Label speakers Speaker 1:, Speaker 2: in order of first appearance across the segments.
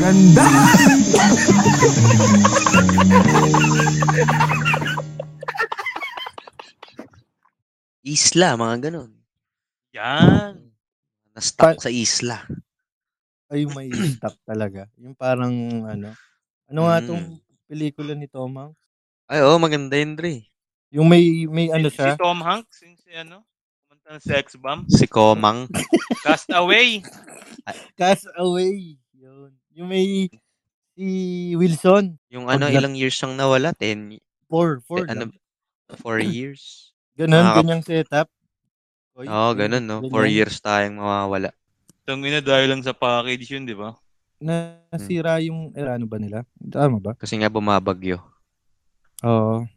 Speaker 1: ganda.
Speaker 2: Isla, mga ganun.
Speaker 3: Yan.
Speaker 2: Na-stuck sa isla.
Speaker 1: Ay, may stock talaga. Yung parang, ano, ano nga tong
Speaker 2: Mm.
Speaker 1: pelikula ni Tom Hanks?
Speaker 2: Ay, oo, maganda yun, Dre.
Speaker 1: Yung may, may ano
Speaker 3: si,
Speaker 1: siya?
Speaker 3: Si Tom Hanks, yung si ano, kumanta ng sex bomb.
Speaker 2: Si Komang.
Speaker 3: Cast away.
Speaker 1: Cast Away. Yun. Yung may, si Wilson.
Speaker 2: Yung ano,
Speaker 1: Pag-
Speaker 2: ilang years siyang nawala? Ten,
Speaker 1: Four, four.
Speaker 2: ten- ano,
Speaker 1: lang.
Speaker 2: four years.
Speaker 1: Ganun,
Speaker 2: nakaka-
Speaker 1: ganyang setup. Oy,
Speaker 2: Oo, ganun, no? Four
Speaker 1: ganyan.
Speaker 2: years tayong mawawala.
Speaker 3: Itong ina dahil lang sa package yun, di ba?
Speaker 2: Mm.
Speaker 1: Nasira yung, eh, ano ba nila? Tama ba?
Speaker 2: Kasi nga bumabagyo.
Speaker 1: Oo.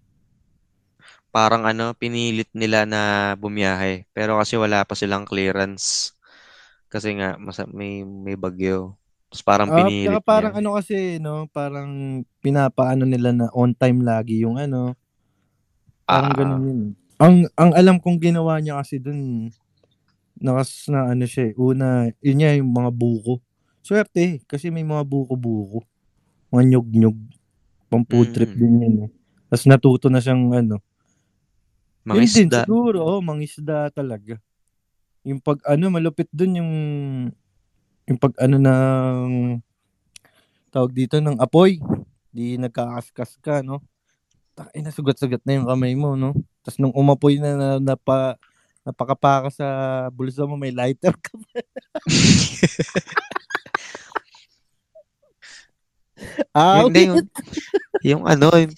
Speaker 2: Parang ano, pinilit nila na bumiyahe. Pero kasi wala pa silang clearance. Kasi nga, masa, may, may bagyo. Tapos parang
Speaker 1: Ah,
Speaker 2: pinilit
Speaker 1: tsaka parang
Speaker 2: niya.
Speaker 1: ano kasi, no? Parang pinapaano nila na on time lagi yung ano. Parang
Speaker 2: Ah,
Speaker 1: ganun yun. Ang, ang alam kong ginawa niya kasi dun, nakas na ano siya eh. Una, yun niya yung mga buko. Swerte eh, kasi may mga buko-buko. Mga nyug-nyug. Pang food
Speaker 2: Mm.
Speaker 1: trip din yun eh. Tapos natuto na siyang ano.
Speaker 2: mga
Speaker 1: Yun din
Speaker 2: isda.
Speaker 1: siguro, oh, mangisda talaga. Yung pag ano, malupit dun yung yung pag ano ng tawag dito ng apoy. Di nagkakaskas ka, no? Ay, nasugat-sugat na yung kamay mo, no? Tapos nung umapoy na, na napa, napakapaka sa bulsa mo, may lighter ka pa. ah,
Speaker 2: Hindi, yung, yung ano, yung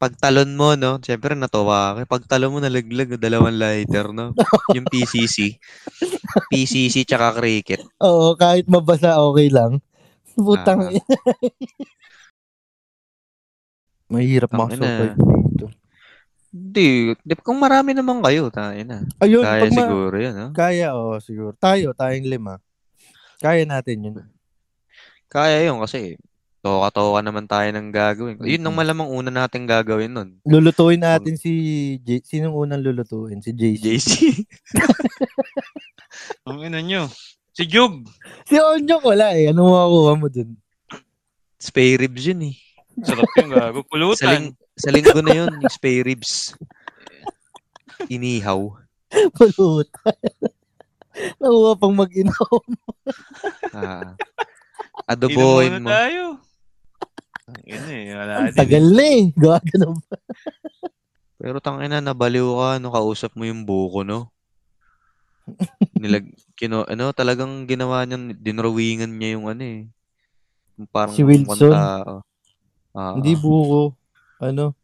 Speaker 2: pagtalon mo, no? Siyempre, natuwa ako. Pagtalon mo, nalaglag, dalawang lighter, no? Yung PCC. PCC tsaka cricket.
Speaker 1: Oo, kahit mabasa, okay lang. Putang
Speaker 2: Ah.
Speaker 1: ina. Mahirap
Speaker 2: Tangina.
Speaker 1: makasurvive dito.
Speaker 2: Hindi. Di, kung marami naman kayo, tayo na.
Speaker 1: Ayun,
Speaker 2: Kaya
Speaker 1: pag ma-
Speaker 2: siguro yun, no?
Speaker 1: Kaya, oo, siguro. Tayo, tayong lima. Kaya natin yun.
Speaker 2: Kaya yun kasi toka-toka naman tayo ng gagawin. Yun ang
Speaker 1: Mhm.
Speaker 2: malamang una nating gagawin nun.
Speaker 1: Lulutuin natin si... J- Sinong unang lulutuin? Si JC.
Speaker 2: JC.
Speaker 3: Ang ina nyo. Si Jug.
Speaker 1: Si Onyok wala eh. Ano makukuha mo dun?
Speaker 2: Spare ribs yun eh.
Speaker 3: Sarap yung gago.
Speaker 2: Sa,
Speaker 3: Pulutan.
Speaker 2: ling- sa linggo na yun, yung spare ribs. Inihaw.
Speaker 1: Pulutan. Nakuha pang mag-inaw.
Speaker 2: Ah.
Speaker 3: Inom
Speaker 2: adobohin
Speaker 3: muna
Speaker 2: mo.
Speaker 3: tayo. Ang ina eh. Wala
Speaker 2: Ah,
Speaker 1: Ang
Speaker 3: din.
Speaker 1: tagal na eh. Gagano ba?
Speaker 2: Pero tangina, nabaliw ka, no, kausap mo yung buko, no? Nilag, kino, ano, talagang ginawa niya, dinrawingan niya yung ano eh. Yung Parang
Speaker 1: Si Wilson?
Speaker 2: kumanta, oh. Ah,
Speaker 1: Hindi buko. Ano?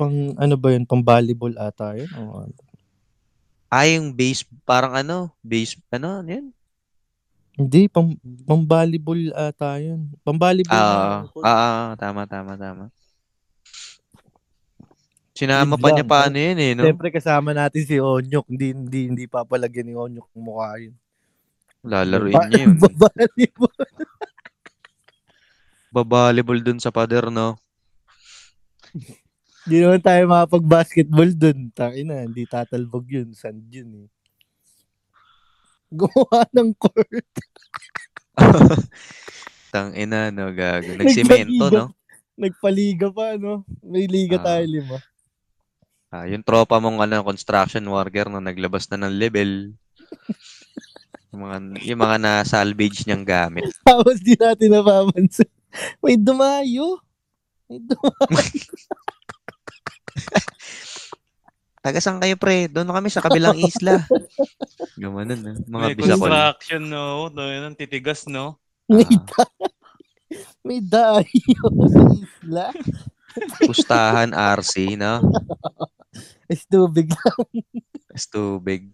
Speaker 1: Pang ano ba yun? Pang volleyball ata yun? Oo.
Speaker 2: ah, yung base, parang ano, base, ano, ano yun?
Speaker 1: Hindi, pang, pang volleyball ata yun. Pang volleyball.
Speaker 2: Ah,
Speaker 1: na-
Speaker 2: ah, ah, tama, tama, tama. Sinama
Speaker 1: Yun
Speaker 2: pa niya
Speaker 1: lang,
Speaker 2: paano yun eh, no?
Speaker 1: Siyempre kasama natin si Onyok. Hindi, hindi, hindi papalagyan ni Onyok ang mukha yun.
Speaker 2: Lalaruin niya yun.
Speaker 1: Volleyball.
Speaker 2: Babalibol dun sa pader, no?
Speaker 1: Hindi naman tayo makapag-basketball dun. Tayo na, hindi tatalbog yun. Sand yun eh. Gumawa ng court.
Speaker 2: Tang ina, no, gago. Nagsimento, no?
Speaker 1: Nagpaliga pa, no? May liga
Speaker 2: Ah.
Speaker 1: tayo lima.
Speaker 2: Ah, yung tropa mong ano, construction worker na naglabas na ng level. yung mga, yung mga na-salvage niyang gamit.
Speaker 1: Tapos di natin napapansin. May dumayo. May dumayo.
Speaker 2: Taga saan kayo, pre? Doon kami sa kabilang isla. Gumanon, na. Mga
Speaker 3: May
Speaker 2: bisakol.
Speaker 3: construction, no? No, yun ang titigas, no?
Speaker 1: May,
Speaker 2: Ah.
Speaker 1: da- may dayo. sa isla.
Speaker 2: Pustahan, RC, no?
Speaker 1: Is tubig lang.
Speaker 2: It's too big.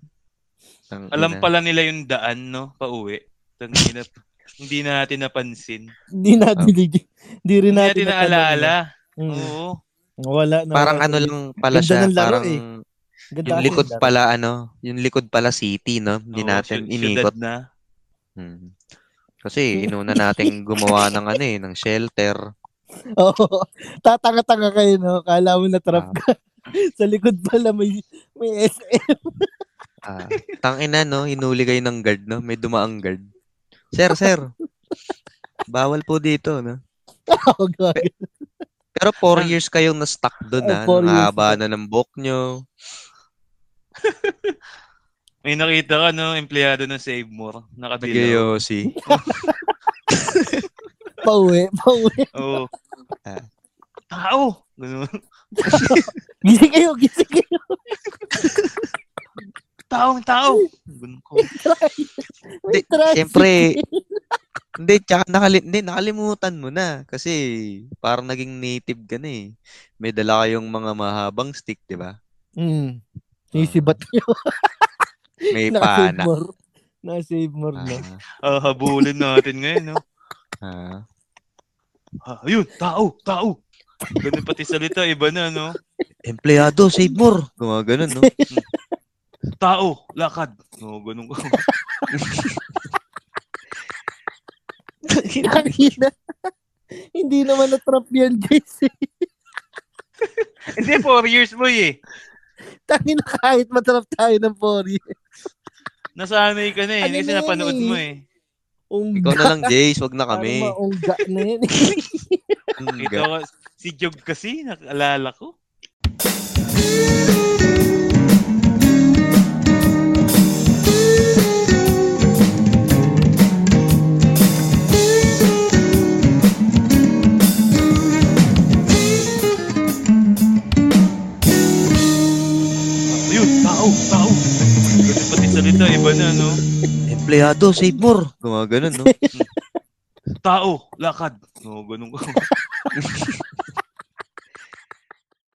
Speaker 2: Tang ina.
Speaker 3: Alam pala nila yung daan, no? Pauwi. Ang ina. Hindi natin napansin.
Speaker 1: Hindi natin, hindi, hindi
Speaker 3: Hindi
Speaker 1: rin natin,
Speaker 3: natin
Speaker 1: natanong.
Speaker 3: naalaala.
Speaker 1: Mm.
Speaker 3: Oo.
Speaker 1: Wala na.
Speaker 2: Parang ano lang pala
Speaker 1: Ganda
Speaker 2: siya.
Speaker 1: ng laro,
Speaker 2: Parang
Speaker 1: eh. Ganda
Speaker 2: yung
Speaker 1: kasi
Speaker 2: likod
Speaker 1: laro.
Speaker 2: pala, ano? Yung likod pala city, no? Hindi
Speaker 3: Oo,
Speaker 2: natin
Speaker 3: syu-
Speaker 2: inikot.
Speaker 3: Oh, syudad na.
Speaker 2: Hmm. Kasi inuna nating gumawa ng ano eh, ng shelter.
Speaker 1: Oo. Tatanga-tanga kayo, no? Kala mo na trap
Speaker 2: Ah.
Speaker 1: ka. Sa likod pala may, may SM.
Speaker 2: Ah, tangina no, hinuli kayo ng guard no, may dumaang guard. Sir, sir. Bawal po dito, no?
Speaker 1: Oh, gag-
Speaker 2: Pero four years kayong na-stuck doon,
Speaker 1: Ah,
Speaker 2: ha?
Speaker 1: four years
Speaker 2: Nangahaba na ng book nyo.
Speaker 3: May nakita ka, no? Empleyado ng Save More. Nakadilaw.
Speaker 2: Nagyayosi.
Speaker 1: pauwi, pauwi.
Speaker 3: Oo.
Speaker 2: Ah.
Speaker 3: Tao! Ganun.
Speaker 1: Gising kayo, gising kayo.
Speaker 3: Taong tao! Ganun ko.
Speaker 1: May
Speaker 2: Di-
Speaker 1: traffic.
Speaker 2: Siyempre, hindi, tsaka nakali- hindi, nakalimutan mo na. Kasi parang naging native ka na eh. May dala kayong mga mahabang stick, di ba?
Speaker 1: Hmm. Sisibat kayo.
Speaker 2: May
Speaker 1: Na-save
Speaker 2: pana.
Speaker 1: more. Na-save more na.
Speaker 3: Ah, habulin natin ngayon, no?
Speaker 2: Ah, ah.
Speaker 3: Ah, ayun! Tao! Tao! Ganun pati salita, iba na, no?
Speaker 2: Empleyado, save more. Gumagano, no?
Speaker 3: Tao! Lakad! No, ganun ko.
Speaker 1: Tangina. Hindi naman na-trap yan, JC.
Speaker 3: Hindi, four years mo eh.
Speaker 1: Tangina kahit matrap tayo ng 4 years.
Speaker 3: Nasanay ka na eh.
Speaker 1: Ano
Speaker 3: kasi
Speaker 1: na yan
Speaker 3: napanood
Speaker 1: eh?
Speaker 3: mo eh.
Speaker 2: Ikaw
Speaker 1: Ungga.
Speaker 2: na lang, Jace. Wag na kami.
Speaker 1: Parang maungga na yan.
Speaker 2: Ang
Speaker 3: Ito
Speaker 2: ga-
Speaker 3: ka, si Job kasi, nakalala ko. Ayun, tao, tao. Ganun pati salita, iba na, no?
Speaker 1: oh.
Speaker 2: Empleyado, save more. Gumagano, no?
Speaker 3: Oh, Tao, lakad. No, ganun ko.